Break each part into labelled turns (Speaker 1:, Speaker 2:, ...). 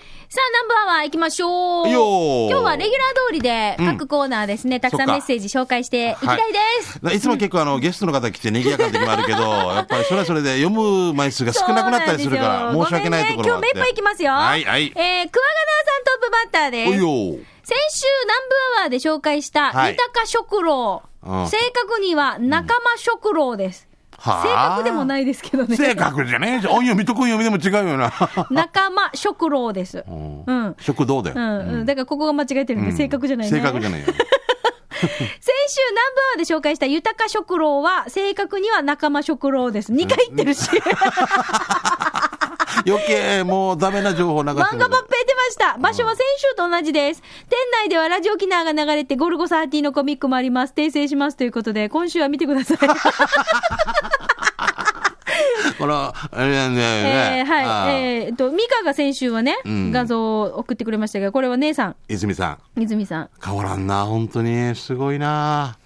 Speaker 1: 部アワー行きましょう。
Speaker 2: いいよー
Speaker 1: 今日はレギュラー通りで、
Speaker 2: うん
Speaker 1: 各コーナーですね、たくさん
Speaker 2: そっか
Speaker 1: メッセージ紹介していきたいです。
Speaker 2: いつも結構あの、ゲストの方来て賑やかな時もある けど、やっぱりそれはそれで読む枚数が少なくなったりするから、
Speaker 1: そうんですよ
Speaker 2: 申し訳ないところは
Speaker 1: ごめんね、今日
Speaker 2: あっ
Speaker 1: 目い
Speaker 2: て。
Speaker 1: っぱい行きますよ。
Speaker 2: はいはい
Speaker 1: えー、クワガナーさんトップバッターです。
Speaker 2: おいよ
Speaker 1: 先週、南部アワーで紹介した、
Speaker 2: はい
Speaker 1: 豊か食郎。
Speaker 2: うん
Speaker 1: 正確には、仲間食郎です。
Speaker 2: はあ
Speaker 1: 正確でもないですけどね。
Speaker 2: 正確じゃねえじゃん。音読みと訓読みでも違うよな。
Speaker 1: 仲間食郎です。
Speaker 2: う
Speaker 1: うん。
Speaker 2: ん
Speaker 1: うん。
Speaker 2: 食堂だよ。
Speaker 1: うん。だから、ここが間違えてるんで、正確じゃないね。
Speaker 2: 正確じゃな いよ。
Speaker 1: 先週、南部アワーで紹介した豊か食郎は、正確には仲間食郎です。2回言ってるし。
Speaker 2: 余計もうダメな情報流して
Speaker 1: 漫画ばっぺ出ました。場所は先週と同じです。店内ではラジオキナーが流れて、ゴルゴ13のコミックもあります。訂正しますということで、今週は見てください。
Speaker 2: この、あれだ
Speaker 1: えー
Speaker 2: ね。ねあ
Speaker 1: はい。
Speaker 2: ー
Speaker 1: えーっと、ミカが先週はね、
Speaker 2: ん
Speaker 1: 画像を送ってくれましたが、これは姉さん、
Speaker 2: 泉さん。
Speaker 1: 泉さん。
Speaker 2: 変わらんな、本当に。すごいな。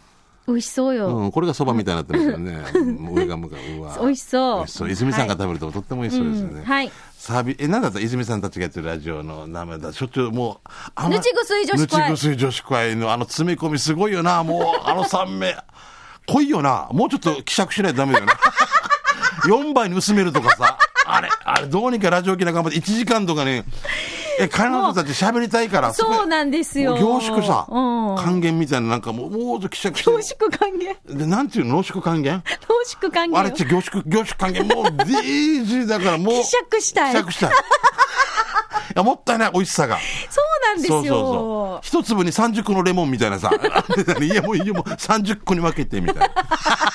Speaker 1: 美味しそうよ。
Speaker 2: うん、これがそばみたいになってますよね。 うん上が向かう。うわ
Speaker 1: 美味しそう
Speaker 2: 美味しそう。泉さんが食べるととっても美味しそうですよ
Speaker 1: うん
Speaker 2: ね。
Speaker 1: はい。
Speaker 2: サービ、え、なんだった泉さんたちがやってるラジオの名前だ。しょっちゅうもう、あ
Speaker 1: ぬちぐすい女子会
Speaker 2: ぬちぐすい女子会のあの詰め込みすごいよな。もう、あの3名。濃いよな。もうちょっと希釈しないとダメだよな。4倍に薄めるとかさ。あれ、あれ、どうにかラジオ機な頑張って1時間とかね。え、彼女たち喋りたいから。ごい
Speaker 1: そうなんですよ
Speaker 2: もう凝縮さ。
Speaker 1: うん
Speaker 2: 還元みたいな、なんかもう、もうちょっと希釈して
Speaker 1: 濃。縮還元。
Speaker 2: で、なんていうの濃縮還元
Speaker 1: 濃縮還
Speaker 2: あれ
Speaker 1: 元よ。
Speaker 2: って凝縮、凝縮還元、もう DG だか らもう。
Speaker 1: 希釈したい
Speaker 2: 希釈したい。い や、もったいない、美味しさが。
Speaker 1: そうなんですよ。
Speaker 2: そうそうそう。一粒に30個のレモンみたいなさ。 いや、もういいよ、もう30個に分けて、みたい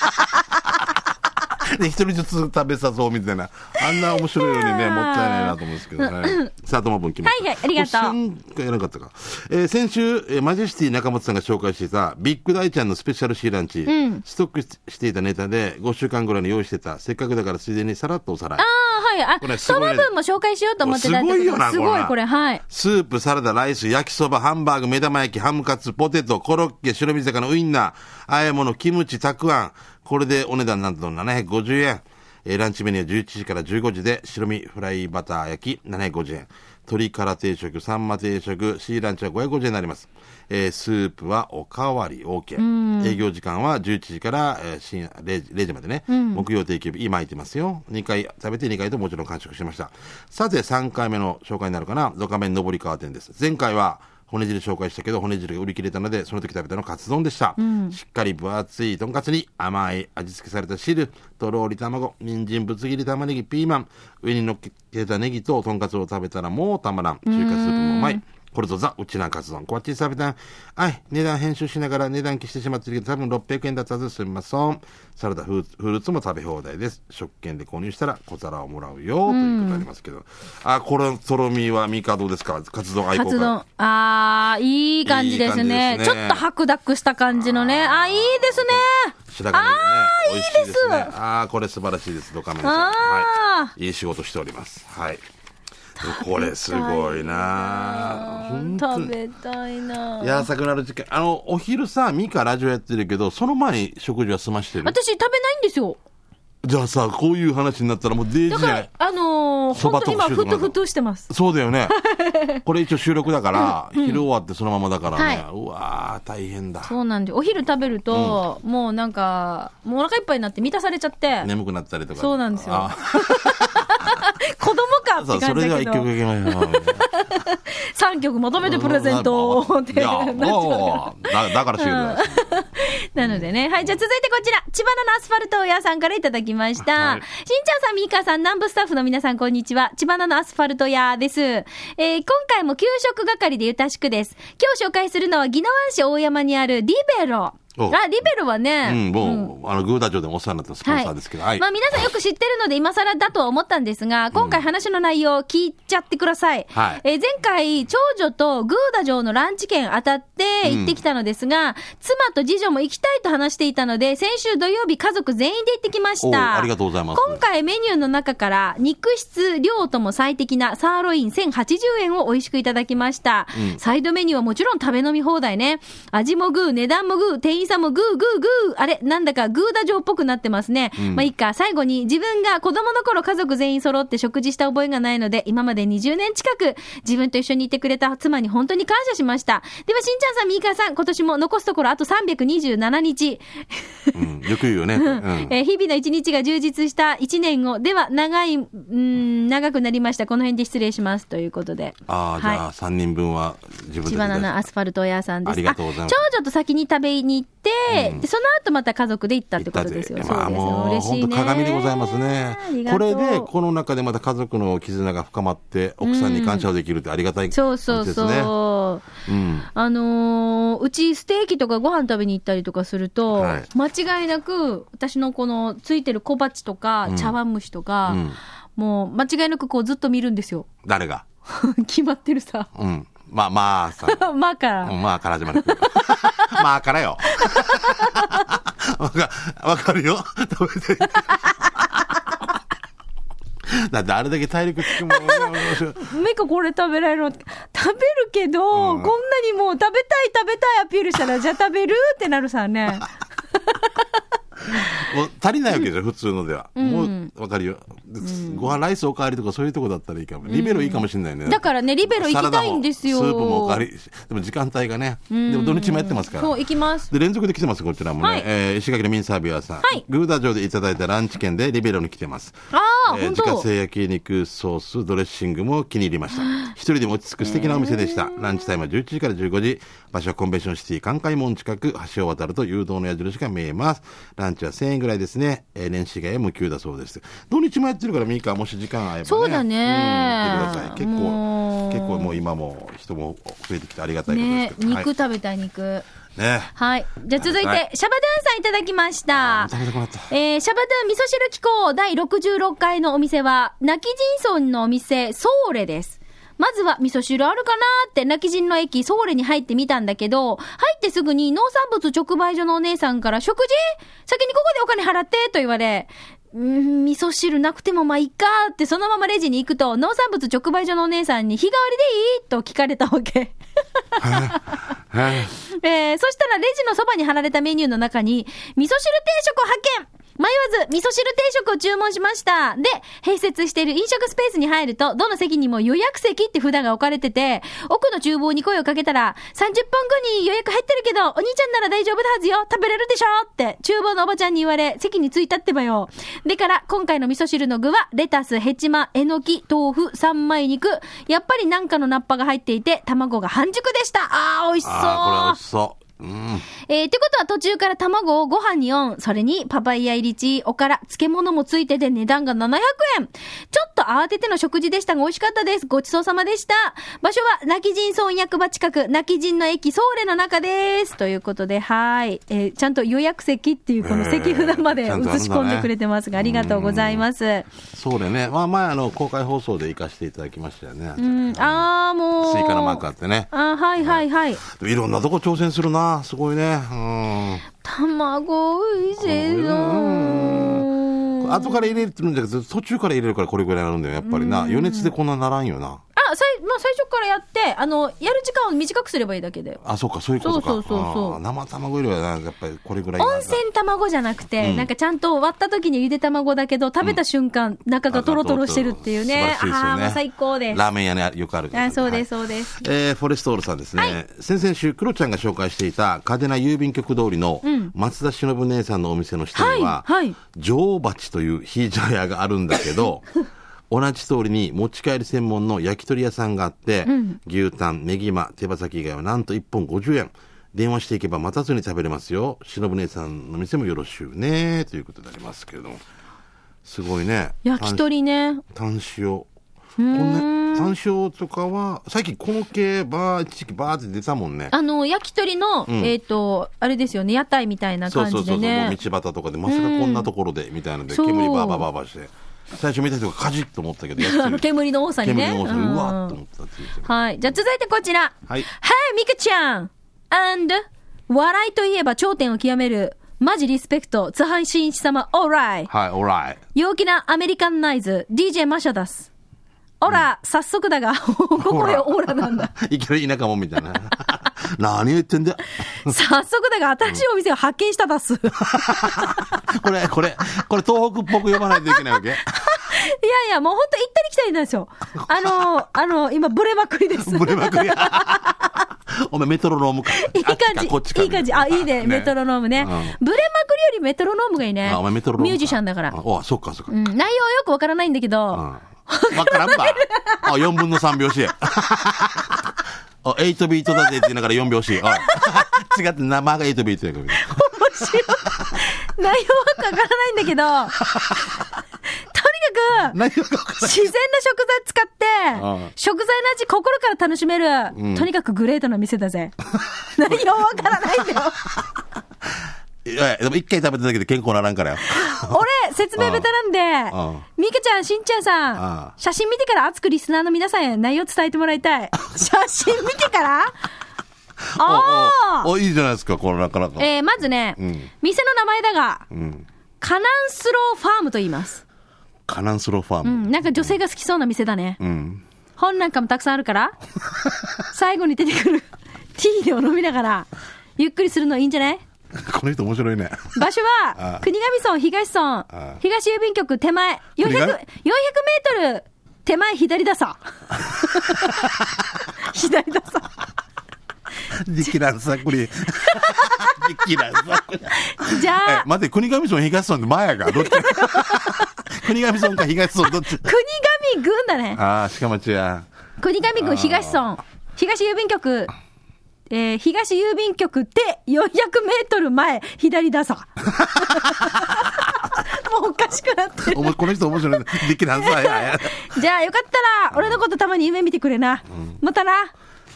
Speaker 2: な。 で、一人ずつ食べさそう、みたいな。あんな面白いように
Speaker 1: い
Speaker 2: ね、
Speaker 1: やー
Speaker 2: もったいないなと思うんですけど ね。さあ、ともぶん来ました。
Speaker 1: はいはいありがとう
Speaker 2: これ先回やらなかったか。えー先週、えーマジェスティ中本さんが紹介していた、ビッグ大ちゃんのスペシャルシーランチ、ストックしていたネタで、5週間ぐらいに用意してた、せっかくだからついでにさらっとおさらい。
Speaker 1: ああ、はい。
Speaker 2: これ
Speaker 1: あ、
Speaker 2: すご
Speaker 1: そ
Speaker 2: いね
Speaker 1: の分も紹介しようと思ってたんです
Speaker 2: ごいよな、
Speaker 1: すごい、これ、はい。
Speaker 2: スープ、サラダ、ライス、焼きそば、ハンバーグ、目玉焼き、ハムカツ、ポテト、コロッケ、白身魚、ウインナー、あえ物、キムチ、たくあん。これでお値段なんと750円。えーランチメニュー11時から15時で、白身フライバター焼き750円。鶏から定食、サンマ定食、シーランチは550円になります。えースープはおかわり OK。営業時間は11時から、えー深夜 0, 時0時までね、木曜定休日、今空いてますよ。2回食べて2回ともちろん完食しました。さて3回目の紹介になるかな、ドカメン上川店です。前回は骨汁紹介したけど、骨汁が売り切れたので、その時食べたのはカツ丼でした。しっかり分厚いとんかつに甘い味付けされた汁、とろーり卵、人参ぶつ切り玉ねぎ、ピーマン、上に乗っけたネギととんかつを食べたらもうたまらん。中華スープもうまい。これぞザ・ウチナカツ丼。こっち食べたん。はい。値段編集しながら値段消してしまってるけど、多分600円だったはずすみません。サラダフーツ、フルーツも食べ放題です。食券で購入したら小皿をもらうよ、ということありますけど。あ、これ、とろみはミカどうですかカツ丼愛
Speaker 1: カ
Speaker 2: 好家。
Speaker 1: ツ丼。あー、いい感じですね。
Speaker 2: いい感じで
Speaker 1: ち
Speaker 2: す
Speaker 1: ょ
Speaker 2: ね
Speaker 1: っと白濁した感じのね。あー、いいですね。
Speaker 2: 白髪ね。
Speaker 1: あー
Speaker 2: 美味しいですね。
Speaker 1: いいです
Speaker 2: ああ、これ素晴らしいです。ドカメンさん。
Speaker 1: あー
Speaker 2: はい。いい仕事しております。はい。でもこれすごいな本当
Speaker 1: 食
Speaker 2: に。
Speaker 1: べたいな。
Speaker 2: やわさくなる時間。あの、お昼さ、ミカラジオやってるけど、その前に食事は済ましてる。
Speaker 1: 私食べないんですよ。
Speaker 2: じゃあさ、こういう話になったらもうデイジ
Speaker 1: だ
Speaker 2: ー
Speaker 1: か
Speaker 2: じゃな
Speaker 1: ら
Speaker 2: い、。
Speaker 1: あのー、
Speaker 2: そば
Speaker 1: 本当
Speaker 2: 特集
Speaker 1: 今、ふ
Speaker 2: とか
Speaker 1: と
Speaker 2: の
Speaker 1: ふとしてます。
Speaker 2: そうだよね。これ一応収録だから、昼終わってそのままだからね。
Speaker 1: は
Speaker 2: うわー、大変だ。
Speaker 1: そうなんで、お昼食べると、もうなんか、もうお腹いっぱいになって満たされちゃって、
Speaker 2: 眠くなったりとか。
Speaker 1: そうなんですよ
Speaker 2: あ
Speaker 1: 子供かっ
Speaker 2: そ
Speaker 1: て
Speaker 2: うそ
Speaker 1: 感
Speaker 2: れ
Speaker 1: じ
Speaker 2: で
Speaker 1: だけど、
Speaker 2: は一曲いきましょう。
Speaker 1: 3曲まとめてプレゼントって
Speaker 2: いや
Speaker 1: なっちゃうから
Speaker 2: もうだだからしてください。
Speaker 1: なのでね。はい、じゃあ続いてこちら。千葉菜のアスファルト屋さんからいただきました。
Speaker 2: はい
Speaker 1: しんちゃんさん、みーかーさん、南部スタッフの皆さん、こんにちは。千葉菜のアスファルト屋です。えー今回も給食係でゆたしくです。今日紹介するのは、宜野湾市大山にあるリベロ。
Speaker 2: お
Speaker 1: あ、リベロはね。
Speaker 2: うん、もう、あの、グーダ城でもお世話になったスポンサーですけど、はい。
Speaker 1: まあ皆さんよく知ってるので今更だとは思ったんですが、今回話の内容を聞いちゃってください。
Speaker 2: はい
Speaker 1: えー前回、長女とグーダ城のランチ券当たって行ってきたのですが、妻と次女も行きたいと話していたので、先週土曜日家族全員で行ってきまし
Speaker 2: おー
Speaker 1: た。
Speaker 2: ありがとうございます
Speaker 1: 今回メニューの中から、肉質、量とも最適なサーロイン1080円を美味しくいただきました。サイドメニューはもちろん食べ飲み放題ね。味もグー、値段もグー、店員員さんもグーグーグー、あれ、なんだかグーダ状っぽくなってますね。まあいいか、最後に自分が子供の頃家族全員揃って食事した覚えがないので、今まで20年近く自分と一緒にいてくれた妻に本当に感謝しました。では、しんちゃんさん、みーかさん、今年も残すところあと327日。
Speaker 2: うん、よく言うよね。うん
Speaker 1: えー日々の一日が充実した一年を、では、長い、うーん、長くなりました。この辺で失礼します。ということで。
Speaker 2: ああ、じゃ
Speaker 1: は
Speaker 2: あ3人分は自分
Speaker 1: い。
Speaker 2: で
Speaker 1: 千葉のアスファルト屋さんです。
Speaker 2: ありがとうございます
Speaker 1: あ長女と先に食べに行って、でその後また家族で行ったってことですよ。
Speaker 2: 行
Speaker 1: そ
Speaker 2: ったぜま
Speaker 1: う
Speaker 2: あ
Speaker 1: ですよ。嬉し
Speaker 2: もう本
Speaker 1: い
Speaker 2: 当
Speaker 1: ね。
Speaker 2: 鏡でございます
Speaker 1: あ
Speaker 2: ね
Speaker 1: り。がと
Speaker 2: こ
Speaker 1: う
Speaker 2: れでこの中でまた家族の絆が深まって奥さんに感謝をできるってありがたい
Speaker 1: そうそう
Speaker 2: ことですね
Speaker 1: そう。
Speaker 2: うん。
Speaker 1: あのーうちステーキとかご飯食べに行ったりとかすると、
Speaker 2: はい
Speaker 1: 間違いなく私のこのついてる小鉢とか茶碗蒸しとか、
Speaker 2: うん
Speaker 1: もう間違いなくこうずっと見るんですよ。
Speaker 2: 誰が
Speaker 1: 決まってるさ。
Speaker 2: うん。まあまあさん。
Speaker 1: まあから。
Speaker 2: うんまあから始まる。 まあからよ。 わかわかるよ。食べてる。 だってあれだけ体力つくもんね。
Speaker 1: 梅子これ食べられるの食べるけど、
Speaker 2: う
Speaker 1: こ
Speaker 2: ん
Speaker 1: んなにもう食べたい食べたいアピールしたら、じゃあ食べるってなるさ ね。
Speaker 2: もう足りないわけじゃん、普通のでは。
Speaker 1: ん
Speaker 2: もうわかるよ。ご飯ライスおかわりとかそういうとこだったらいいかも。リベロいいかもしれないね。
Speaker 1: だからね、リベロ行きたいんですよ。
Speaker 2: サラダもスープもおかわりし。でも時間帯がね。でも土日もやってますから。
Speaker 1: そう、行きます。
Speaker 2: で連続で来てます、こちらもね。
Speaker 1: はい
Speaker 2: えー石垣のミンサービアさん。
Speaker 1: はい
Speaker 2: グーダー上でいただいたランチ券でリベロに来てます。
Speaker 1: ああ、
Speaker 2: えー
Speaker 1: 本
Speaker 2: 自家
Speaker 1: 当
Speaker 2: 製焼肉ソースドレッシングも気に入りました一人でも落ち着く素敵なお店でしたランチタイムは11時から15時場所はコンベンションシティ関海門近く橋を渡ると誘導の矢印が見えますランチは1000円ぐらいですね、えー年始以外は無給だそうです土日もやってるからミカもし時間合えばね
Speaker 1: そうだね
Speaker 2: うん行ってください結
Speaker 1: も
Speaker 2: 構
Speaker 1: う
Speaker 2: 結構もう今も人も増えてきてありがたいことで
Speaker 1: ね
Speaker 2: すけど、はい
Speaker 1: 肉食べたい肉。はい。
Speaker 2: ね
Speaker 1: じゃあ続いて、シャバドゥ
Speaker 2: は
Speaker 1: ン
Speaker 2: い
Speaker 1: さんいただきました
Speaker 2: あー。食べたくなった
Speaker 1: えーシャバドゥン味噌汁機構第66回のお店は、泣き人村のお店、ソーレです。まずは味噌汁あるかなーって、泣き人の駅、ソーレに入ってみたんだけど、入ってすぐに農産物直売所のお姉さんから、食事先にここでお金払ってと言われ、うーん味噌汁なくてもまあいっかーって、そのままレジに行くと、農産物直売所のお姉さんに日替わりでいいと聞かれたわけ。
Speaker 2: はい
Speaker 1: えーそしたらレジのそばに貼られたメニューの中に、味噌汁定食を発見迷わず、味噌汁定食を注文しました。で、併設している飲食スペースに入ると、どの席にも予約席って札が置かれてて、奥の厨房に声をかけたら、30分後に予約入ってるけど、お兄ちゃんなら大丈夫だはずよ食べれるでしょって、厨房のおばちゃんに言われ、席に着いたってばよ。でから、今回の味噌汁の具は、レタス、ヘチマ、えのき、豆腐、三枚肉。やっぱりなんかのナッパが入っていて、卵が半熟でしたあー、美味しそう
Speaker 2: ああこれ美味しそううん
Speaker 1: えー、ってことは途中から卵をご飯にオン、それにパパイヤ入りチー、おから、漬物もついてで値段が700円。ちょっと慌てての食事でしたが美味しかったです。ごちそうさまでした。場所は、泣き人村役場近く、泣き人の駅、ソーレの中です。ということで、はい。えーちゃんと予約席っていうこの席札まで映
Speaker 2: え
Speaker 1: し
Speaker 2: ーちゃんとあるんだね
Speaker 1: 込んでくれてますが、ありがとうございます。
Speaker 2: そうだよね、まあ、前あの公開放送で行かせていただきましたよね、
Speaker 1: うん、あーもう。
Speaker 2: スイカのマークあってね
Speaker 1: あーはいはいはい。
Speaker 2: でもいろんなとこ挑戦するなすごいねうん
Speaker 1: 卵、美味しそう。
Speaker 2: うん後から入れるんだけど途中から入れるからこれぐらいになるんだよやっぱりな余熱でこんなならんよな
Speaker 1: あ、さい、まあ、最初からやって、あの、やる時間を短くすればいいだけで。
Speaker 2: あそうかそういうことか
Speaker 1: そうそうそうそう
Speaker 2: あー生卵入れはなやっぱりこれぐらいにな
Speaker 1: 温
Speaker 2: るな
Speaker 1: 泉卵じゃなくて、なんかちゃんと割った時にゆで卵だけど、食べた瞬間、中がトロトロしてるっていうね。
Speaker 2: あ素晴らしいですよね
Speaker 1: ああー、もう最高です。
Speaker 2: ラーメン屋ねよくあるから
Speaker 1: あそうです、そうです。
Speaker 2: えーフォレストオールさんですね、先々週クロちゃんが紹介していた嘉手納郵便局通りの松田忍姉さんのお店の下には、
Speaker 1: はいはい
Speaker 2: 女王鉢というヒージャー屋があるんだ けど同じ通りに持ち帰り専門の焼き鳥屋さんがあって、牛タンネギマ手羽先以外はなんと1本50円電話していけば待たずに食べれますよ忍姉さんの店もよろしゅうねということでありますけれどもすごいね
Speaker 1: 焼き鳥ね。
Speaker 2: 炭塩こんな炭塩とかは最近この系バー一時期バーって出たもんね
Speaker 1: あの、焼き鳥の、えっ、と、あれですよね、屋台みたいな
Speaker 2: そう
Speaker 1: 感
Speaker 2: そう
Speaker 1: じで
Speaker 2: そうそうも
Speaker 1: ね
Speaker 2: う。道端とかでまさかこんなところでみたいなので
Speaker 1: そう
Speaker 2: 煙バーバーバーバーして最初見た人がカジッと思ったけどやっ
Speaker 1: あ
Speaker 2: て
Speaker 1: の
Speaker 2: る
Speaker 1: 煙の多さにね。
Speaker 2: 煙の多さ
Speaker 1: うん
Speaker 2: にうわーっと思ったっていう
Speaker 1: はい。じゃあ続いてこちら。
Speaker 2: はい
Speaker 1: ミカちゃん !and、笑いといえば頂点を極める、マジリスペクト、津波真一様、オーライ
Speaker 2: はいオーライ
Speaker 1: 陽気なアメリカンナイズ、DJ マシャダス。オラ、早速だが、ここへオーラなんだ。
Speaker 2: いきなり田舎もんみたいな 何言ってんだよ。
Speaker 1: 早速だが、新しいお店を発見しただっす。いや
Speaker 2: これ、これ、これ東北っぽく呼ばないといけないわ け。
Speaker 1: いや、もうほんと行ったり来たりなん ですよ。あの、あの、今、ブレまくりです。
Speaker 2: ブレまくり。お前メトロノームか。
Speaker 1: いい感
Speaker 2: あっちかこっち
Speaker 1: じ。
Speaker 2: か
Speaker 1: いい感じ。あ、いいね。メトロノームね。
Speaker 2: うん
Speaker 1: ブレまくりよりメトロノームがいいね。
Speaker 2: あ、お前メトロノーム
Speaker 1: ミュージシャンだから。
Speaker 2: あ、あそっかそっか。
Speaker 1: うん、内容はよくわからないんだけど、
Speaker 2: わからんば。 あ、4分の3拍子や。 あ、8ビートだぜって言いながら4拍子。おい 違って生が8ビートやから。
Speaker 1: 面白い。内容はわからないんだけ ど、とにか
Speaker 2: 何がわか
Speaker 1: く、自然な食材使って
Speaker 2: あ、
Speaker 1: 食材の味心から楽しめ
Speaker 2: う
Speaker 1: る、
Speaker 2: ん
Speaker 1: とにかくグレートな店だぜ。 内容わからないんだよ。
Speaker 2: らん。いやいや、でも一回食べただけで健康ならんからよ。
Speaker 1: 俺、説明ベタなんで
Speaker 2: うんうん、
Speaker 1: ミカちゃん、しんちゃんさ
Speaker 2: うん
Speaker 1: ん、写真見てから熱くリスナーの皆さんへ内容伝えてもらい たい。写真見てからあ
Speaker 2: お
Speaker 1: あ
Speaker 2: おおいいじゃないですか、このなかなか。
Speaker 1: えー、まずね、
Speaker 2: うん
Speaker 1: 店の名前だが、
Speaker 2: うん。
Speaker 1: カナンスローファームと言います。
Speaker 2: カナンスローファー
Speaker 1: う
Speaker 2: ム。
Speaker 1: ん、なんか女性が好きそうな店だね。
Speaker 2: うん。
Speaker 1: 本なんかもたくさんあるから、 最後に出て くるティーでを飲みながら、ゆっくりするのいいんじゃない
Speaker 2: この人面白いね。
Speaker 1: 場所
Speaker 2: あ
Speaker 1: は
Speaker 2: あ、
Speaker 1: 国頭村、東村
Speaker 2: ああ、
Speaker 1: 東郵便局手前、400、400
Speaker 2: 国頭
Speaker 1: メートル手前左だ さ。左ださ。
Speaker 2: ディキランサクリ。ディキランサクリ。
Speaker 1: じゃ
Speaker 2: え
Speaker 1: あ、、
Speaker 2: 待って、国頭村、東村って前やから、どっち 国頭村か東村、どっち
Speaker 1: 国頭郡だね。
Speaker 2: ああ、しかもちや。
Speaker 1: 国頭郡、東村、東郵便局、えー東郵便局手400メートル前左だ さ。もうおかしくなってる
Speaker 2: お。もこの人面白いね。ディキランサ や。
Speaker 1: じゃあよかったら、俺のことたまに夢見てくれな。またな。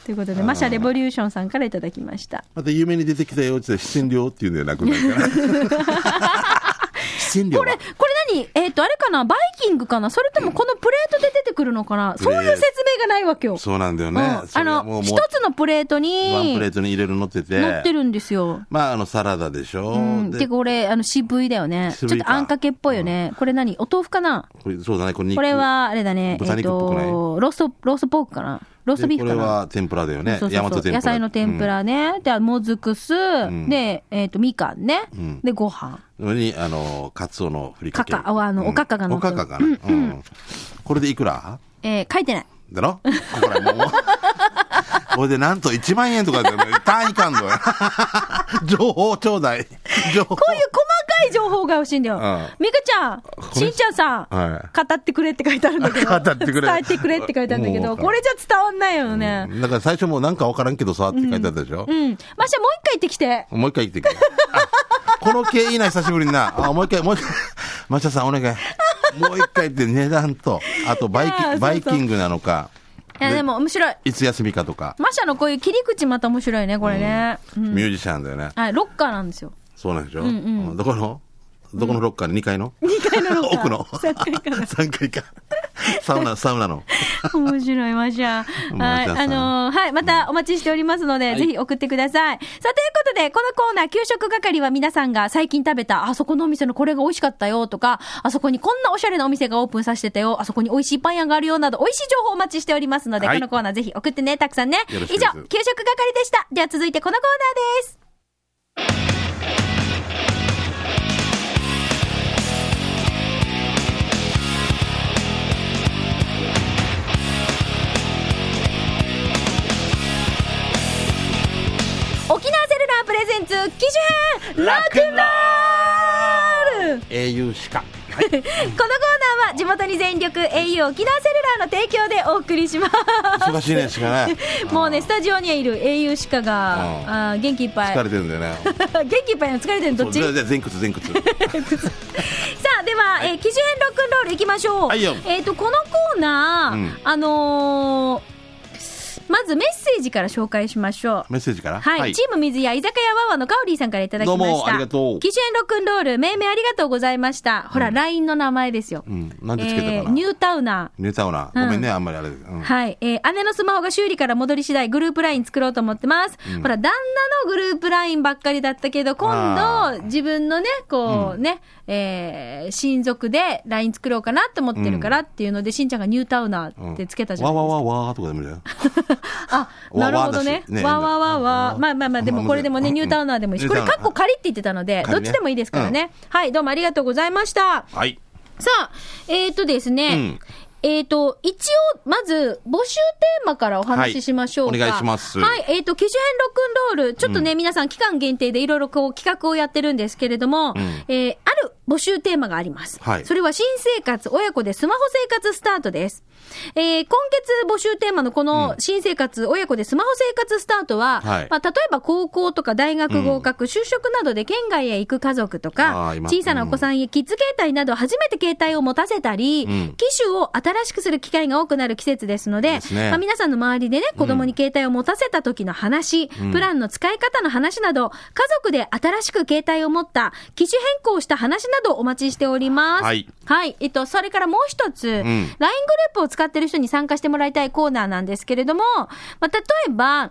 Speaker 1: ということで、マシャレボリューションさんからいただきました。
Speaker 2: また夢に出てきたようちで、七輪っていうんだよなくなるから。 七輪
Speaker 1: これ、これ何えっ、と、あれかなバイキングかなそれともこのプレートで出てくるのかなそういう説明がないわけよ。
Speaker 2: そうなんだよ
Speaker 1: うん
Speaker 2: ね。そ
Speaker 1: あ
Speaker 2: れは
Speaker 1: の、
Speaker 2: う
Speaker 1: 一
Speaker 2: う
Speaker 1: つのプレート
Speaker 2: ワンプレー
Speaker 1: に
Speaker 2: トに入れるのってて。
Speaker 1: 乗ってるんですよ。
Speaker 2: まあ、あの、サラダでしょ。
Speaker 1: うん。
Speaker 2: で
Speaker 1: てか、俺、あの、渋いだよね。ちょっ
Speaker 2: 渋いか
Speaker 1: とあんかけっぽいよね。これ何お豆腐かな
Speaker 2: これそうだね、これ肉
Speaker 1: これ、は、あれだね。えっ、
Speaker 2: 豚肉っぽくない
Speaker 1: と、ロースト、ローストポークかなローストビーフか
Speaker 2: で
Speaker 1: な
Speaker 2: これは天ぷらだよね。
Speaker 1: そうそう
Speaker 2: 大和
Speaker 1: そう
Speaker 2: 天ぷら。
Speaker 1: 野菜の天ぷらね、でもずく酢、
Speaker 2: ん
Speaker 1: で、えっ、と、みかんね、
Speaker 2: ん
Speaker 1: で、ご飯。
Speaker 2: うん。それに、あの、カツオのふりかけ。
Speaker 1: かかああのおかかが乗
Speaker 2: の
Speaker 1: ってる
Speaker 2: おかかかな。うん。これでいくら
Speaker 1: えー書いてない。
Speaker 2: だろここ らもう。これでなんと1万円とかで、単位感 度情報ちょうだい。情報。
Speaker 1: こういう細かい情報が欲しいんだよ。
Speaker 2: う
Speaker 1: みかちゃん、し
Speaker 2: れ
Speaker 1: んちゃんさん、
Speaker 2: は
Speaker 1: 語ってくれって書いてあるんだけど。
Speaker 2: 語ってくれ
Speaker 1: 伝えてくれって書いてあるんだけ
Speaker 2: も
Speaker 1: ど、
Speaker 2: うか
Speaker 1: これじゃ伝わんないよね。
Speaker 2: だから最初もうなんかわからんけどさって書いてあったでしょ
Speaker 1: う、ん。ましゃ、もう一回行ってきて。
Speaker 2: もう一回言ってくれ。あこの経緯な久しぶりにな。あ、もう一回、もう一回。マシャさんお願い。もう一回って値段と、あとバイ
Speaker 1: いやー
Speaker 2: キ
Speaker 1: そうそ
Speaker 2: ン
Speaker 1: う
Speaker 2: バイキングなのか、
Speaker 1: いや、
Speaker 2: で
Speaker 1: でも面白い。
Speaker 2: いつ休みかとか、
Speaker 1: マシャのこういう切り口また面白いね、これね。うん
Speaker 2: ミュージシャンだよね。
Speaker 1: はい、ロッカーなん ですよ。
Speaker 2: そうなんでしょ、
Speaker 1: んうん
Speaker 2: うんどこのどこのロッカーで ?2 階の
Speaker 1: 2階のロッカー。
Speaker 2: 奥の
Speaker 1: 3階かな。
Speaker 2: ?3 階か。サウナ、サウナの。
Speaker 1: 面白いマシャ。はい、
Speaker 2: マシャ さ
Speaker 1: あ
Speaker 2: ん
Speaker 1: のーはい、またお待ちしておりますので、
Speaker 2: い
Speaker 1: ぜひ送ってください。さあ、ということで、このコーナー、給食係は皆さんが最近食べた、あそこのお店のこれが美味しかったよとか、あそこにこんなおしゃれなお店がオープンさせてたよ、あそこに美味しいパン屋があるよなど、美味しい情報をお待ちしておりますので、
Speaker 2: はい
Speaker 1: このコーナーぜひ送ってね、たくさんね。以
Speaker 2: よ
Speaker 1: 上、
Speaker 2: ろ
Speaker 1: 給
Speaker 2: しく
Speaker 1: 食
Speaker 2: です
Speaker 1: 係でした。では続いてこのコーナーです。沖縄セルラープレゼンツ、機種編ラクンロール
Speaker 2: 英雄しか。
Speaker 1: このコーナーは地元に全力 au 沖縄セルラーの提供でお送りします
Speaker 2: 忙しいね、しかね。
Speaker 1: もうねスタジオにいる au シカ
Speaker 2: うん
Speaker 1: があー元気いっぱい
Speaker 2: 疲
Speaker 1: 元
Speaker 2: れてるんだよね。
Speaker 1: 気いっぱいの疲れてるのどっち
Speaker 2: そ
Speaker 1: さ
Speaker 2: うじゃあ前屈、前屈。
Speaker 1: あでは、えー、基準編ロックンロールいきましょう、
Speaker 2: はいよ
Speaker 1: えっ、とこのコーナー、
Speaker 2: うん
Speaker 1: あのーまずメッセージから紹介しましょう
Speaker 2: メッセージから
Speaker 1: はい、チーム水屋居酒屋ワワのカオリーさんからいただきました
Speaker 2: どうもありがとう
Speaker 1: 基準ロックンロール命名ありがとうございましたほら、LINE の名前ですよ、
Speaker 2: うん。なんてつけたかな、
Speaker 1: えーニュータウナー
Speaker 2: ニュータウナ
Speaker 1: うん
Speaker 2: ー。ごめんね、あんまりあれ。うん
Speaker 1: はい。えー姉のスマホが修理から戻り次第、グループライン作ろうと思ってます。ほら、旦那のグループラインばっかりだったけど、今
Speaker 2: あ
Speaker 1: 度、自分のね、こうね、えー親族でライン作ろうかなって思ってるからっていうので、しんちゃんがニュータウナーってつけたじゃ
Speaker 2: わ
Speaker 1: ないですか。
Speaker 2: わわわーとかでもいいんだよ。
Speaker 1: あ、なるほどね。わわわわ。まあまあまあ、でもこれでもね、ニュータウナーでもいいし、これ、カッコ仮って言ってたので、
Speaker 2: 仮
Speaker 1: ど
Speaker 2: ね
Speaker 1: っちでもいいですからね。はい、どうもありがとうございました。
Speaker 2: はい。
Speaker 1: さあ、えっ、とですね、
Speaker 2: うん
Speaker 1: えっ、と、一応、まず、募集テーマからお話ししましょうか。
Speaker 2: はいお願いします
Speaker 1: はい、えっ、と、機種編ロックンロール、ちょっとね、皆さん期間限定でいろいろこう企画をやってるんですけれども、
Speaker 2: ん
Speaker 1: えーある募集テーマがあります。
Speaker 2: はい
Speaker 1: それは新生活、親子でスマホ生活スタートです。えー今月募集テーマのこの新生活、親子でスマホ生活スタートは、
Speaker 2: はい
Speaker 1: まあ、例えば高校とか大学合格、就職などで県外へ行く家族とか
Speaker 2: あー、今
Speaker 1: 小さなお子さんへキッズ携帯など初めて携帯を持たせたり、
Speaker 2: うん
Speaker 1: 機種を新しくする機会が多くなる季節ですので、
Speaker 2: ですね
Speaker 1: まあ、皆さんの周りでね、子供に携帯を持たせた時の話、プランの使い方の話など、家族で新しく携帯を持った、機種変更した話などお待ちしております。
Speaker 2: はい
Speaker 1: はい。えっと、それからもう一つ、LINE グループを使ってる人に参加してもらいたいコーナーなんですけれども、まあ、例えば、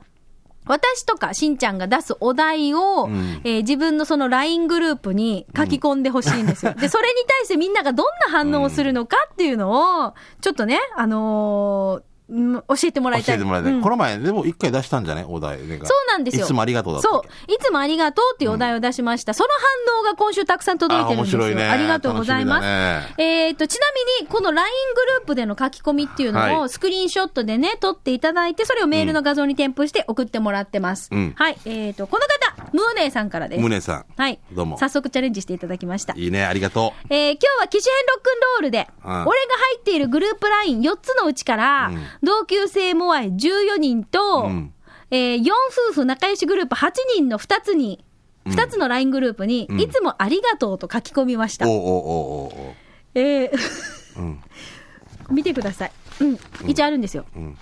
Speaker 1: 私とかしんちゃんが出すお題を、
Speaker 2: ん
Speaker 1: えー自分のその LINE グループに書き込んでほしいんですよ。で、それに対してみんながどんな反応をするのかっていうのを、ちょっとね、あのーうん教えてもらいた
Speaker 2: 教
Speaker 1: い。
Speaker 2: えてもらいた
Speaker 1: う
Speaker 2: い。
Speaker 1: ん
Speaker 2: この前、でも一回出したんじゃないお題。そう
Speaker 1: そうなんですよ。
Speaker 2: いつもありがとうだった
Speaker 1: そ
Speaker 2: っけ。
Speaker 1: う。いつもありがとうっていうお題を出しました。その反応が今週たくさん届いてるんですよ。
Speaker 2: あー面白いね
Speaker 1: ありがとうございます。
Speaker 2: 楽し
Speaker 1: えっと、ちなみに、この LINE グループでの書き込みっていうの
Speaker 2: は
Speaker 1: を
Speaker 2: い
Speaker 1: スクリーンショットでね、撮っていただいて、それをメールの画像に添付して送ってもらってます。
Speaker 2: うん
Speaker 1: はい。えっ、と、この方、ムーネーさんからです。
Speaker 2: ムネさん。
Speaker 1: はい。
Speaker 2: どうも
Speaker 1: 早速チャレンジしていただきました。
Speaker 2: いいね、ありがと
Speaker 1: えー今日は機種編ロックンロールで、
Speaker 2: うん
Speaker 1: 俺が入っているグループ LINE4 つのうちから、
Speaker 2: うん
Speaker 1: 同級生モアイ14人と、
Speaker 2: うん
Speaker 1: え4夫婦仲良しグループ8人の2つに、2つの LINE グループに、いつもありがとうと書き込みまし
Speaker 2: う。
Speaker 1: た
Speaker 2: お。おうおうおうおう
Speaker 1: えー
Speaker 2: ん
Speaker 1: 見てください。うん。一応あるんですよ。
Speaker 2: ん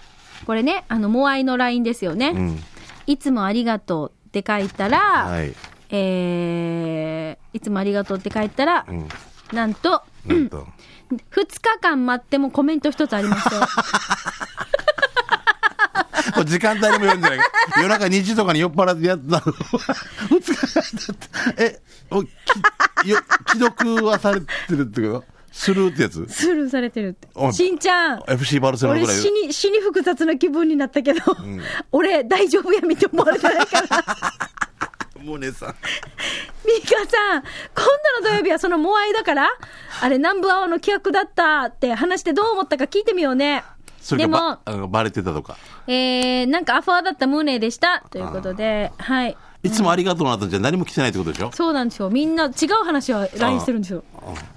Speaker 1: これね、あの、モアイの LINE ですよね。
Speaker 2: うん。
Speaker 1: いつもありがとうって書いたら、
Speaker 2: はい。
Speaker 1: えーいつもありがとうって書いたら、
Speaker 2: うん。
Speaker 1: なんと、
Speaker 2: なんと。
Speaker 1: 2日間待ってもコメント一つありま したよ。
Speaker 2: これ時間帯でもよる んじゃないか。夜中2時とかに酔っ払ってや った。二日間だった。え、おきよ既読はされてるってことスルーってやつ
Speaker 1: スルーされてるって
Speaker 2: お。い
Speaker 1: しんちゃん。
Speaker 2: ?FC バルセロナ
Speaker 1: 俺
Speaker 2: ぐらい。
Speaker 1: 死に、死に複雑な気分になったけど、俺大丈夫やみって思われてないから。
Speaker 2: ムネさん。
Speaker 1: ミカさん、今度の土曜日はそのモアイだから、あれ南部アワーの企画だったって話してどう思ったか聞いてみようね。
Speaker 2: それ
Speaker 1: で
Speaker 2: が
Speaker 1: も
Speaker 2: ば、あのバレてたとか。
Speaker 1: えー、なんかアファーだったムーネーでした。ということで、はい。
Speaker 2: いつもありがとうの後じゃ何も来てないってことでしょ
Speaker 1: そうなんですよ。みんな違う話は LINE してるんですよ。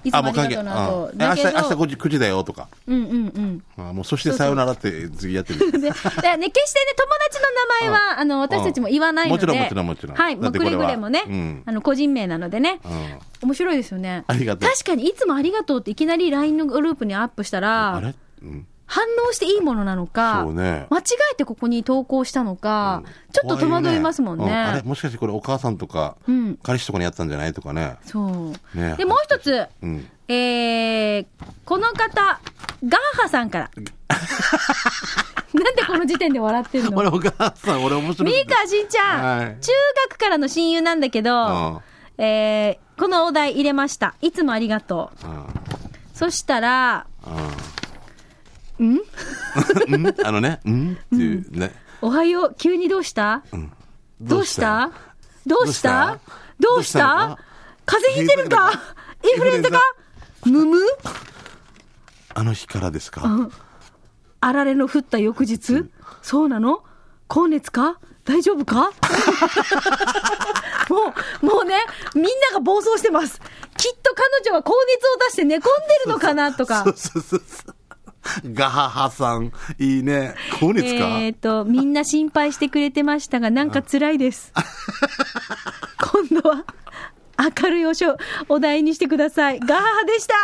Speaker 1: いつもありがとうな
Speaker 2: も
Speaker 1: と
Speaker 2: う。関係
Speaker 1: だ
Speaker 2: あ
Speaker 1: け
Speaker 2: 明日、明日
Speaker 1: ど、
Speaker 2: 5時 ,9 時だよとか。
Speaker 1: うんうんうん。
Speaker 2: あもうそしてさよならって次やって る。
Speaker 1: で、でね、決してね、友達の名前 は、あの、私たちも言わないので。
Speaker 2: うんもちろんもちろんもちろん
Speaker 1: はい、も
Speaker 2: だ
Speaker 1: う
Speaker 2: って
Speaker 1: く
Speaker 2: こ
Speaker 1: れ
Speaker 2: れは
Speaker 1: ぐれもね、
Speaker 2: うん
Speaker 1: あの、個人名なのでね。
Speaker 2: うん
Speaker 1: 面白いですよね。
Speaker 2: ありがとう
Speaker 1: 確かに、いつもありがとうっていきなり LINE のグループにアップしたら、
Speaker 2: あれうん。
Speaker 1: 反応していいものなのか、
Speaker 2: そうね
Speaker 1: 間違えてここに投稿したのか、ちょっと戸惑いますもんね。
Speaker 2: 怖いようんあれもしかしてこれお母さんとか、
Speaker 1: うん
Speaker 2: 彼氏とかにやったんじゃないとかね。
Speaker 1: そう。
Speaker 2: ね
Speaker 1: で、もう一つ、
Speaker 2: うん。
Speaker 1: えー、この方、ガッハさんから。 なんでこの時点で笑ってるの
Speaker 2: 俺お母さん、俺面白
Speaker 1: ミ
Speaker 2: い。
Speaker 1: ーカーしんちゃん、
Speaker 2: はい
Speaker 1: 中学からの親友なんだけど、えー、このお題入れました。いつもありがとう。
Speaker 2: うん。うん。
Speaker 1: そしたら、
Speaker 2: うん。うんあのね、うんっていうね。
Speaker 1: おはよう、急にどうしたどうしたどうしたど
Speaker 2: ど
Speaker 1: う
Speaker 2: う
Speaker 1: し
Speaker 2: したた
Speaker 1: 風邪ひいてるん
Speaker 2: どう
Speaker 1: か
Speaker 2: し
Speaker 1: インフルエンザかむむ
Speaker 2: あの日からですか
Speaker 1: あられの降った翌日そうなの高熱か大丈夫かもう、もうね、みんなが暴走してます。きっと彼女は高熱を出して寝込んでるのかなとか
Speaker 2: そ。うそうそうそう。ガハハさん、いいね。高熱か、
Speaker 1: えっ、と、みんな心配してくれてましたが、なんか辛いです。 今度は、明るいおしょお題にしてください。ガハハでした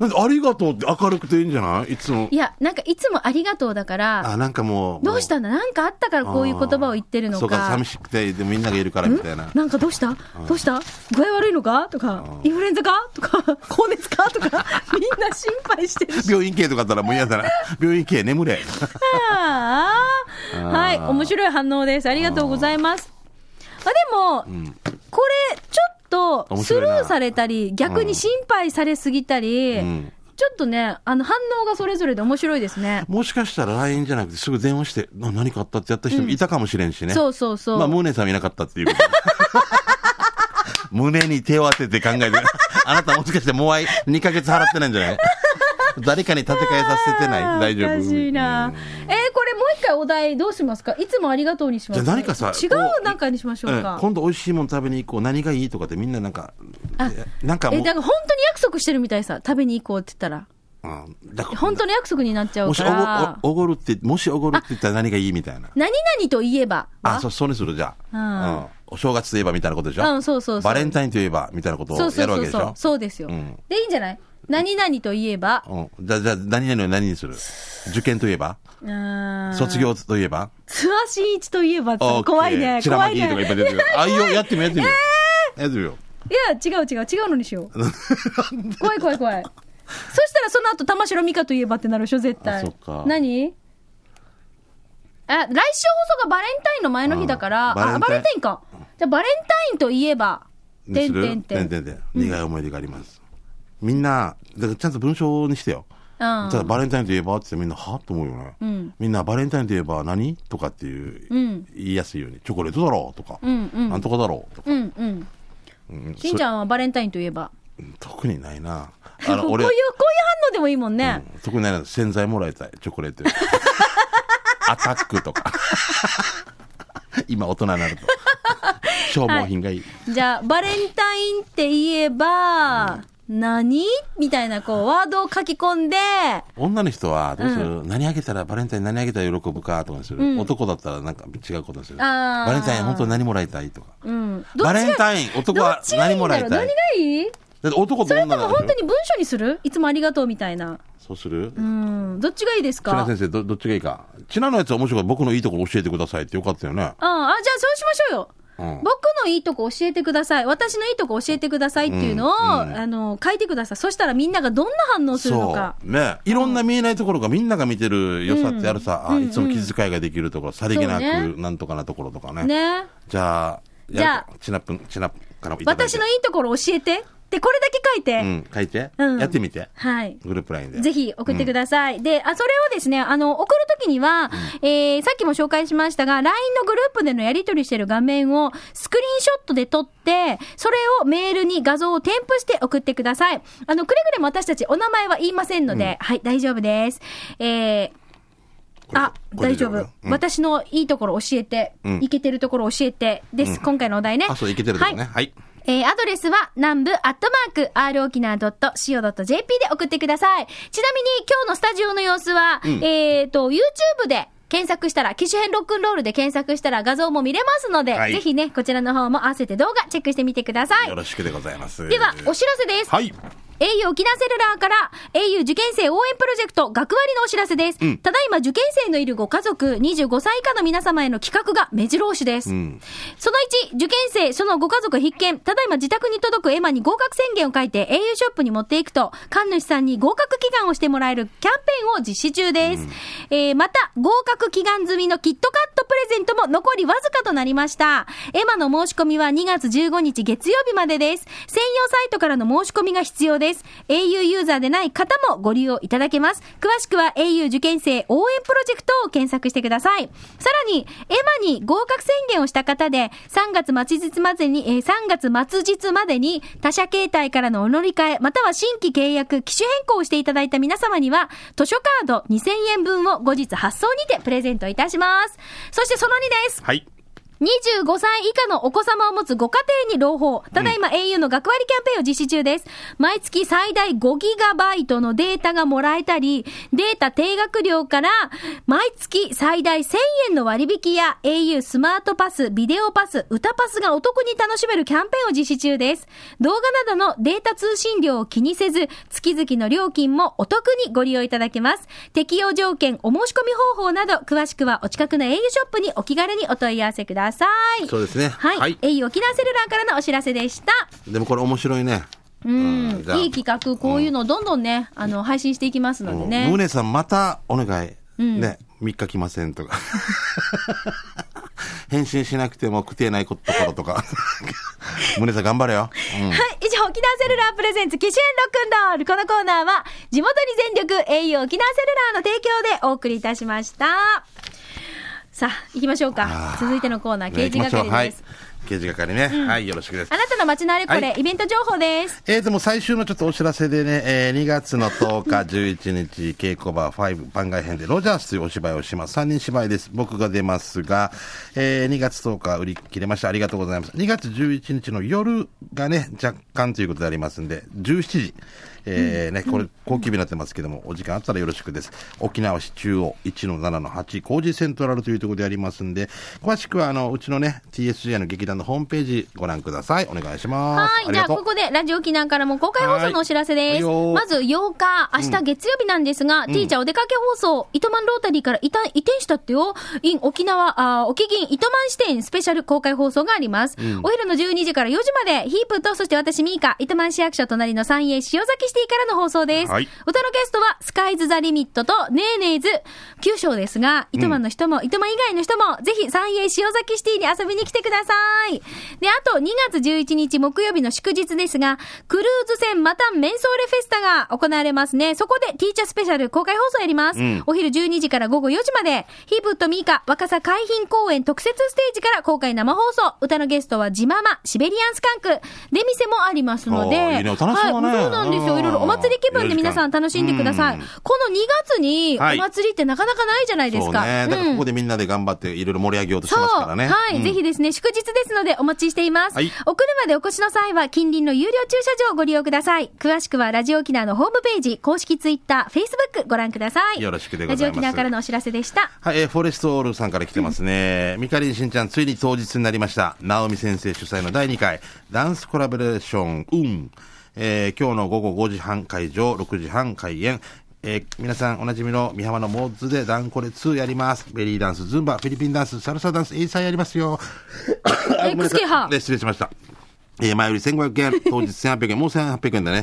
Speaker 2: なんかありがとうって明るくていいんじゃないいつも
Speaker 1: い。や、なんかいつもありがとうだから、
Speaker 2: あ、なんかもう。
Speaker 1: どうしたたんだなんかあったからこういう言葉を言ってるの
Speaker 2: そうか、
Speaker 1: か
Speaker 2: 寂。しくて、でみんながいるからみたいな。
Speaker 1: なんかどうしたどうした具合悪いのかとか、インフルエンザかとか、高熱かとか、みんな心配してるし。
Speaker 2: 病院系とかだったらもう嫌 だな。病院系眠れ。
Speaker 1: ああ
Speaker 2: あー
Speaker 1: はい、面白い反応です。ありがとうございます。まあでも、これ、ちょっと、
Speaker 2: 面
Speaker 1: ス
Speaker 2: 白い
Speaker 1: ル
Speaker 2: な
Speaker 1: ーされたり、逆に心配されすぎたり、
Speaker 2: うん
Speaker 1: ちちょっとね、あの、反応がそれぞれで面白いですね。
Speaker 2: もしかしたら LINE じゃなくてすぐ電話して、な何かあったってやった人もいたかもしれんしね。
Speaker 1: そうそうそう。
Speaker 2: まあ、ムーネさんいなかっ たっていうことで胸に手を当てて考えて、 あなたもしかしてもうあい2ヶ月払ってないんじゃない誰かに立て替えさせてない大丈
Speaker 1: お
Speaker 2: 夫。
Speaker 1: かしいな。えー、これもう一回お題どうしますかいつもありがとうにします。
Speaker 2: じゃあ何かさ
Speaker 1: 違うなんかにしましょう
Speaker 2: うん
Speaker 1: か。
Speaker 2: 今度美味しいもの食べに行こう何がいいとかってみんななんか
Speaker 1: あ
Speaker 2: えなんか
Speaker 1: え、
Speaker 2: もう
Speaker 1: だから本当に約束してるみたいさ。食べに行こうって言ったら。
Speaker 2: うんだから
Speaker 1: 本当の約束になっちゃう
Speaker 2: もし
Speaker 1: か
Speaker 2: お
Speaker 1: ら。
Speaker 2: ごおおごるってもしおごるって言ったら何がいいみたいな
Speaker 1: 何々といえば。
Speaker 2: あそうそうにするじゃ
Speaker 1: うん
Speaker 2: あ、うん、お正月といえばみたいなことでしょ、
Speaker 1: うんそうそうそう
Speaker 2: バレンタインといえばみたいなことを
Speaker 1: そうそ
Speaker 2: や
Speaker 1: う
Speaker 2: るわ
Speaker 1: そ
Speaker 2: け
Speaker 1: う
Speaker 2: でし
Speaker 1: そう
Speaker 2: ょ。
Speaker 1: そうですよ、
Speaker 2: うん
Speaker 1: で、いいんじゃない何々といえば。
Speaker 2: うん、じゃあじゃあ何々を何にする受験といえば
Speaker 1: うーん
Speaker 2: 卒。業といえば
Speaker 1: ツアシンイチといえばって
Speaker 2: オッケー
Speaker 1: 怖いね。
Speaker 2: ちら
Speaker 1: 怖
Speaker 2: ま
Speaker 1: い
Speaker 2: きとかい
Speaker 1: ね。
Speaker 2: っぱい出てくる。あ、いいよ、やってみよう、やってみよう。やってみよ
Speaker 1: いや、違う違う。違うのにしよう。怖い怖い怖 い。そしたらその後、玉城美香といえばってなるでしょ、絶対。
Speaker 2: あそっか
Speaker 1: 何あ、来週放送がバレンタインの前の日だから、
Speaker 2: うんバレンタイ
Speaker 1: あ、
Speaker 2: ン
Speaker 1: バレンタインか。じゃあ、バレンタインといえば、
Speaker 2: う。
Speaker 1: て
Speaker 2: に
Speaker 1: ん
Speaker 2: す
Speaker 1: て
Speaker 2: る
Speaker 1: んてん。
Speaker 2: んてん。苦い思い出があります。みんな、だからちゃんと文章にしてよ。ただバレンタインといえばって言ってみんな、はと思うよね。
Speaker 1: ん
Speaker 2: みんな、バレンタインといえば何とかっていう、
Speaker 1: ん
Speaker 2: 言いやすいように。チョコレートだろうとか、
Speaker 1: んうん
Speaker 2: なんとかだろうとか。
Speaker 1: うん。うんうん。
Speaker 2: うん
Speaker 1: しんちゃんはバレンタインといえば。
Speaker 2: それ特にな いな。
Speaker 1: こ
Speaker 2: あ
Speaker 1: ういう、
Speaker 2: の、
Speaker 1: こういう
Speaker 2: 俺
Speaker 1: 反、応でもいいもんね。
Speaker 2: 特にないな。洗剤もらいたい、チョコレー ト。アタックとか。 今、大人に なると。消耗品がいい
Speaker 1: じゃあ、バレンタインって言えば、何みたいな、こう、ワードを書き込んで、
Speaker 2: 女の人はどうする、何あげたらバレンタイン何あげたら喜ぶかとかにする、男だったらなんか違うことにする
Speaker 1: あー
Speaker 2: バレンタイン本当に何もらいたいとか
Speaker 1: うん。どっち
Speaker 2: バ
Speaker 1: が
Speaker 2: レンタイン男
Speaker 1: どっ
Speaker 2: は
Speaker 1: ちがいい
Speaker 2: 何
Speaker 1: ん
Speaker 2: も
Speaker 1: だろ
Speaker 2: ら
Speaker 1: う
Speaker 2: い
Speaker 1: 何
Speaker 2: た
Speaker 1: が
Speaker 2: い
Speaker 1: いい
Speaker 2: だって男と
Speaker 1: それ
Speaker 2: 女
Speaker 1: とも
Speaker 2: なんでしょ
Speaker 1: 本当に文章にするいつもありがとうみたいな。
Speaker 2: そうする、
Speaker 1: うん。どっちがいいです
Speaker 2: 千
Speaker 1: か
Speaker 2: 奈
Speaker 1: うん。あ、
Speaker 2: 先生どどっちがいいか千奈のやつは面白いから僕のいいところ教えてくださいってよかったよね、
Speaker 1: あ、じゃあそうしましょうよ。
Speaker 2: うん、
Speaker 1: 僕のいいとこ教えてください。私のいいとこ教えてくださいっていうのを、あの、書いてください。そしたらみんながどんな反応するのか。
Speaker 2: そうねいろんな見えないところがみんなが見てる良さってあるさ、あいつも気遣いができるところさりげな
Speaker 1: そうね
Speaker 2: くなんとかなところとかね
Speaker 1: ね。
Speaker 2: じゃあ
Speaker 1: じゃあ
Speaker 2: やるか千奈ぷん千奈からもいただいて
Speaker 1: 私のいいところ教えて。で、これだけ書いて。
Speaker 2: うん書いて、
Speaker 1: うん
Speaker 2: やってみて
Speaker 1: はい。
Speaker 2: グループラインで。
Speaker 1: ぜひ送ってください。で、あ、それをですね、あの、送るときには、えー、さっきも紹介しましたが、LINE のグループでのやり取りしてる画面をスクリーンショットで撮って、それをメールに画像を添付して送ってください。あの、くれぐれも私たちお名前は言いませんので、はい、大丈夫です。えー、
Speaker 2: これ
Speaker 1: あ、
Speaker 2: これ
Speaker 1: 大
Speaker 2: で
Speaker 1: 丈夫、
Speaker 2: うん
Speaker 1: 私のいいところ教えて、い、
Speaker 2: ん
Speaker 1: けてるところ教えて、です。今回のお題ね。
Speaker 2: あ、そう、いけてるとこね。
Speaker 1: はい
Speaker 2: はい。
Speaker 1: えー、アドレスは、南部アットマーク、r 沖縄 .co.jp で送ってください。ちなみに、今日のスタジオの様子は、えっ、と、YouTube で、検索したら、機種編ロックンロールで検索したら画像も見れますので、
Speaker 2: はい
Speaker 1: ぜひね、こちらの方も合わせて動画チェックしてみてください
Speaker 2: よ。ろしくでございます。
Speaker 1: では、お知らせです。
Speaker 2: はい。
Speaker 1: au 沖縄セルラーから au 受験生応援プロジェクト学割のお知らせです。ただいま受験生のいるご家族25歳以下の皆様への企画が目白押しです。その1、受験生、そのご家族必見、ただいま自宅に届く絵馬に合格宣言を書いて au ショップに持っていくと、神主さんに合格祈願をしてもらえるキャンペーンを実施中です。えーまた、合格祈願済みのキットカットプレゼントも残りわずかとなりました。エマの申し込みは2月15日月曜日までです。専用サイトからの申し込みが必要です。au ユーザーでない方もご利用いただけます。詳しくは au 受験生応援プロジェクトを検索してください。さらに、エマに合格宣言をした方で、3月末日までに、えー3月末日までに他社携帯からのお乗り換え、または新規契約、機種変更をしていただいた皆様には、図書カード2000円分を後日発送にてプレゼントいたします。そしてその2です。
Speaker 2: はい。
Speaker 1: 25歳以下のお子様を持つご家庭に朗報。ただいま au の学割キャンペーンを実施中です。毎月最大 5GB のデータがもらえたり、データ定額料から、毎月最大1000円の割引や au スマートパス、ビデオパス、歌パスがお得に楽しめるキャンペーンを実施中です。動画などのデータ通信料を気にせず、月々の料金もお得にご利用いただけます。適用条件、お申し込み方法など、詳しくはお近くの au ショップにお気軽にお問い合わせください。
Speaker 2: そうですね。
Speaker 1: はい。au 沖縄セルラーからのお知らせでした。
Speaker 2: でもこれ面白いね。
Speaker 1: うん。
Speaker 2: うんじゃあ
Speaker 1: いい企画、こういうのをどんどんね、あの、配信していきますのでね。
Speaker 2: ムネさん、またお願い。ね。3日来ませんとか。 返信しなくても食ってないこところとか。ムネさん、頑張れよ。うん
Speaker 1: はい。以上、沖縄セルラープレゼンツ、機種編ロックンロール。このコーナーは、地元に全力、栄養沖縄セルラーの提供でお送りいたしました。さあ、行きましょうか。続いてのコーナー、刑事
Speaker 2: ね行きましょ
Speaker 1: 係
Speaker 2: う
Speaker 1: です。
Speaker 2: はい。刑事係ね。はい、よろしくです
Speaker 1: あ。なたの街のあれこれ、
Speaker 2: は
Speaker 1: イベント情報です。
Speaker 2: えー、でも最終のちょっとお知らせでね、えー2月の10日、11 日、稽古場5番外編でロジャースというお芝居をします。3人芝居です。僕が出ますが、えー2月10日売り切れました。ありがとうございます。2月11日の夜がね、若干ということでありますんで、17時、えーね、これ、高級日になってますけども、お時間あったらよろしくです。沖縄市中央1-7-8、工事セントラルというところでありますんで、詳しくは、あの、うちのね、TSJ の劇団のホームページご覧ください。お願いします。
Speaker 1: はい。
Speaker 2: あり
Speaker 1: じゃあ、
Speaker 2: がとう
Speaker 1: ここで、ラジオ沖縄からも公開放送のお知らせです。
Speaker 2: はいはいよー
Speaker 1: まず、8日、明日月曜日なんですが、ティーチャーお出かけ放送、糸満ロータリーから移転移転したってよ、in 沖縄、あー沖銀糸満支店スペシャル公開放送があります。お昼の12時から4時まで、ヒープと、そして私、ミーカ、糸満市役所隣の三栄塩崎シティからの放送です。
Speaker 2: はい
Speaker 1: 歌のゲストは、スカイズ・ザ・リミットと、ネーネーズ、9章ですが、糸満の人も、糸満以外の人も、ぜひ、三栄塩崎シティに遊びに来てください。で、あと、2月11日木曜日の祝日ですが、クルーズ船またメンソーレフェスタが行われますね。そこで、ティーチャースペシャル公開放送やります。
Speaker 2: うん
Speaker 1: お昼12時から午後4時まで、ヒープとミーカ若狭海浜公園特設ステージから公開生放送。歌のゲストは、ジママ、シベリアンスカンク、出店もありますので、
Speaker 2: あーいいね楽しそうだね
Speaker 1: はい、そうなんですよ。いろいろお祭り気分で皆さん楽しんでください。
Speaker 2: うん
Speaker 1: この2月に
Speaker 2: はい
Speaker 1: お祭りってなかなかないじゃないです
Speaker 2: そう
Speaker 1: か。
Speaker 2: ね。だからここ
Speaker 1: で
Speaker 2: でみんなで頑張っていろいろ盛り上げようとし
Speaker 1: そう
Speaker 2: ますからね。
Speaker 1: はい、
Speaker 2: うん
Speaker 1: ぜひですね、祝日ですのでお待ちしています。
Speaker 2: はい
Speaker 1: お車でお越しの際は、近隣の有料駐車場をご利用ください。詳しくは、ラジオ沖縄のホームページ、公式ツイッター、フェイスブックご覧ください。
Speaker 2: よろしくでござ
Speaker 1: ラ
Speaker 2: います
Speaker 1: ジオ沖縄からのお知らせでした。
Speaker 2: はい、えーフォレストオールさんから来てますね。ミカリンしんちゃん、ついに当日になりました。ナオミ先生主催の第2回、ダンスコラボレーション、うん。えー今日の午後5時半会場、6時半開演。えー皆さんおなじみの美浜のモッズでダンコレ2やります。ベリーダンス、ズンバ、フィリピンダンス、サルサダンス、エイサーやりますよ。あごめんなさい
Speaker 1: XK 派
Speaker 2: ね失礼しました。えー前より1500円、当日1800円、もう1800円だね。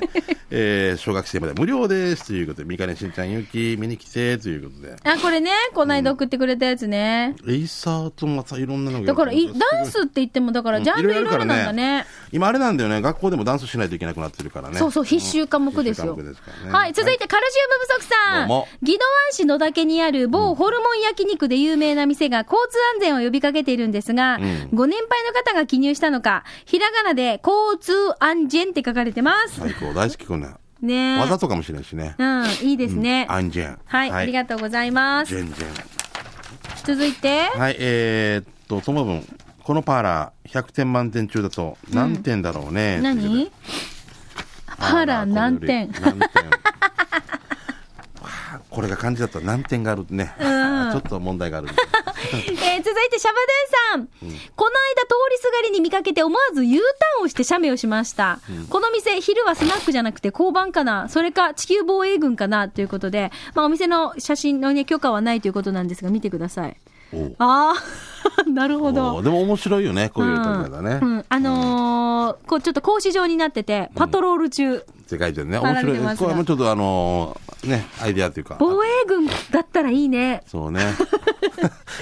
Speaker 2: えー小学生まで無料です。ということで、ミカリンしんちゃん、ゆき、見に来て、ということで。
Speaker 1: あ、これね、この間送ってくれたやつね。
Speaker 2: エイサーとまたいろんなのが
Speaker 1: だからい、
Speaker 2: すごい
Speaker 1: ダンスって言っても、だから、ジャンルいろいろなんだね。
Speaker 2: 今あれなんだよね学校でもダンスしないといけなくなってるからね
Speaker 1: そうそう、必修科目ですよ。
Speaker 2: 必修科目ですからね
Speaker 1: はい、続いてカルシウム不足さん。
Speaker 2: どうも
Speaker 1: 宜野湾市野岳にある某ホルモン焼肉で有名な店が交通安全を呼びかけているんですが、
Speaker 2: ん
Speaker 1: ご年配の方が記入したのか、ひらがなで交通安全って書かれてます。
Speaker 2: 最高大好きこんな
Speaker 1: ねえ。
Speaker 2: わざとかもしれないしね
Speaker 1: うん、いいですね。
Speaker 2: アンジェン
Speaker 1: はい、ありがとうございます
Speaker 2: ジ。ェンジェン
Speaker 1: 続いて、
Speaker 2: はい、えー、っと、その分、このパーラー、100点満点中だと、何点だろうね。というこ
Speaker 1: 何パ
Speaker 2: とで
Speaker 1: ーラー何点
Speaker 2: パーラーこれより何点 わあこれが漢字だったら何点があるね。 ちょっと問 題がある。
Speaker 1: えー続いてシャバドゥンさん、この間通りすがりに見かけて思わず U ターンをして写メをしました、この店昼はスナックじゃなくて交番かなそれか地球防衛軍かなということで、まあ、お店の写真の、ね、許可はないということなんですが見てください
Speaker 2: おう
Speaker 1: ああ なるほ
Speaker 2: お
Speaker 1: ど
Speaker 2: うでも面白いよね、こういう歌だね。
Speaker 1: うんうんあのーこうちょっと講師状になっててパトロール中、
Speaker 2: 世界中ね、
Speaker 1: パラ
Speaker 2: 面
Speaker 1: レル
Speaker 2: 白い
Speaker 1: マ
Speaker 2: で
Speaker 1: ス
Speaker 2: す。こ
Speaker 1: が
Speaker 2: れもちょっとあのーね、アイデアというか。
Speaker 1: 防衛軍だったらいいね
Speaker 2: そうね。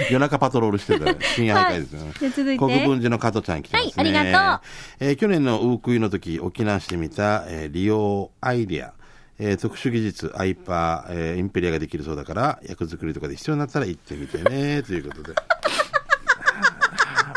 Speaker 2: 夜中パトロールし てたね深夜徘徊ですよね。
Speaker 1: はいじゃあ続いて
Speaker 2: 国分寺の加藤ちゃん来てますね。
Speaker 1: はいありがとう。
Speaker 2: えー去年のウークイの時、沖縄市で見た、えー利用アイデア。えー特殊技術、アイパー、えーインペリアができるそうだから、役作りとかで必要になったら行ってみてね、 ということで。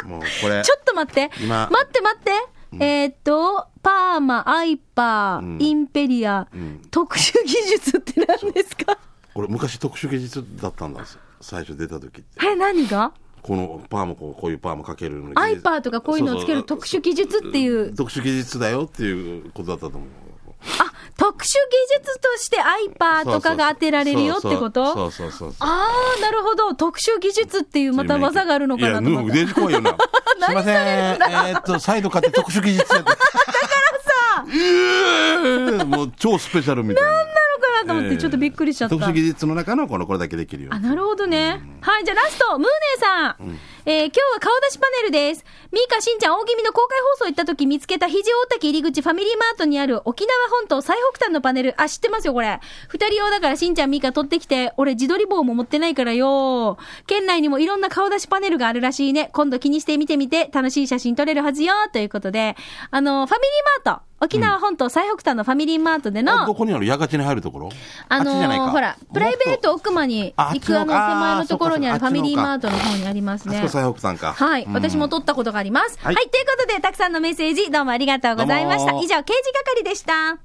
Speaker 2: もうこれ
Speaker 1: ちょ、っと待って。
Speaker 2: 今
Speaker 1: 待って待って。えーっと、パーマ、アイパー、
Speaker 2: ん
Speaker 1: インペリア、特殊技術って何ですか
Speaker 2: これ昔特殊技術だったんだんですよ最初出た時って。
Speaker 1: え、何が
Speaker 2: このパーもこう、こういうパーもかけるのに
Speaker 1: アイパーとかこういうのをつける
Speaker 2: そうそう
Speaker 1: 特殊技術っていう。
Speaker 2: 特殊技術だよっていうことだったと思う。
Speaker 1: あ、特殊技術としてアイパーとかが当てられるよってこと
Speaker 2: そうそうそうそう。
Speaker 1: あー、なるほど。特殊技術っていうまた技があるのかなと思っ
Speaker 2: い
Speaker 1: た。
Speaker 2: や、もうデジ怖いよな。すいません。えーっと、サイド買って特殊技術やった。だからさ。もう超スペシャルみたいな。
Speaker 1: なのかなと思ってちょっとびっくりしちゃった。
Speaker 2: 特殊技術の中のこのこれだけできるよ。
Speaker 1: あ、なるほどね。はい、じゃあラスト、ムーネーさん。えー今日は顔出しパネルです。ミーカしんちゃん大気味の公開放送行った時見つけた肘大滝入り口ファミリーマートにある沖縄本島最北端のパネル。あ、知ってますよ、これ。二人用だからしんちゃんミーカ取ってきて、俺自撮り棒も持ってないからよ。県内にもいろんな顔出しパネルがあるらしいね。今度気にして見てみて、楽しい写真撮れるはずよ。ということで、あの、ファミリーマート。沖縄本島最北端のファミリーマートでの、
Speaker 2: あどこにある矢がちに入るところ
Speaker 1: あの
Speaker 2: っちじゃないか
Speaker 1: ほら、プライベート奥間に
Speaker 2: ああっ
Speaker 1: 行
Speaker 2: ちの
Speaker 1: くあの手前のところにある
Speaker 2: あ
Speaker 1: フ
Speaker 2: そう
Speaker 1: ァ
Speaker 2: か
Speaker 1: ミリーマートの方にあります
Speaker 2: もっとあ
Speaker 1: ね
Speaker 2: そこ。最北端か
Speaker 1: はい、
Speaker 2: うん
Speaker 1: 私も撮ったことがあります。は、
Speaker 2: はいい
Speaker 1: ということで、たくさんのメッセージ、どうもありがとうございました
Speaker 2: どう。も
Speaker 1: 以上、刑事係でした。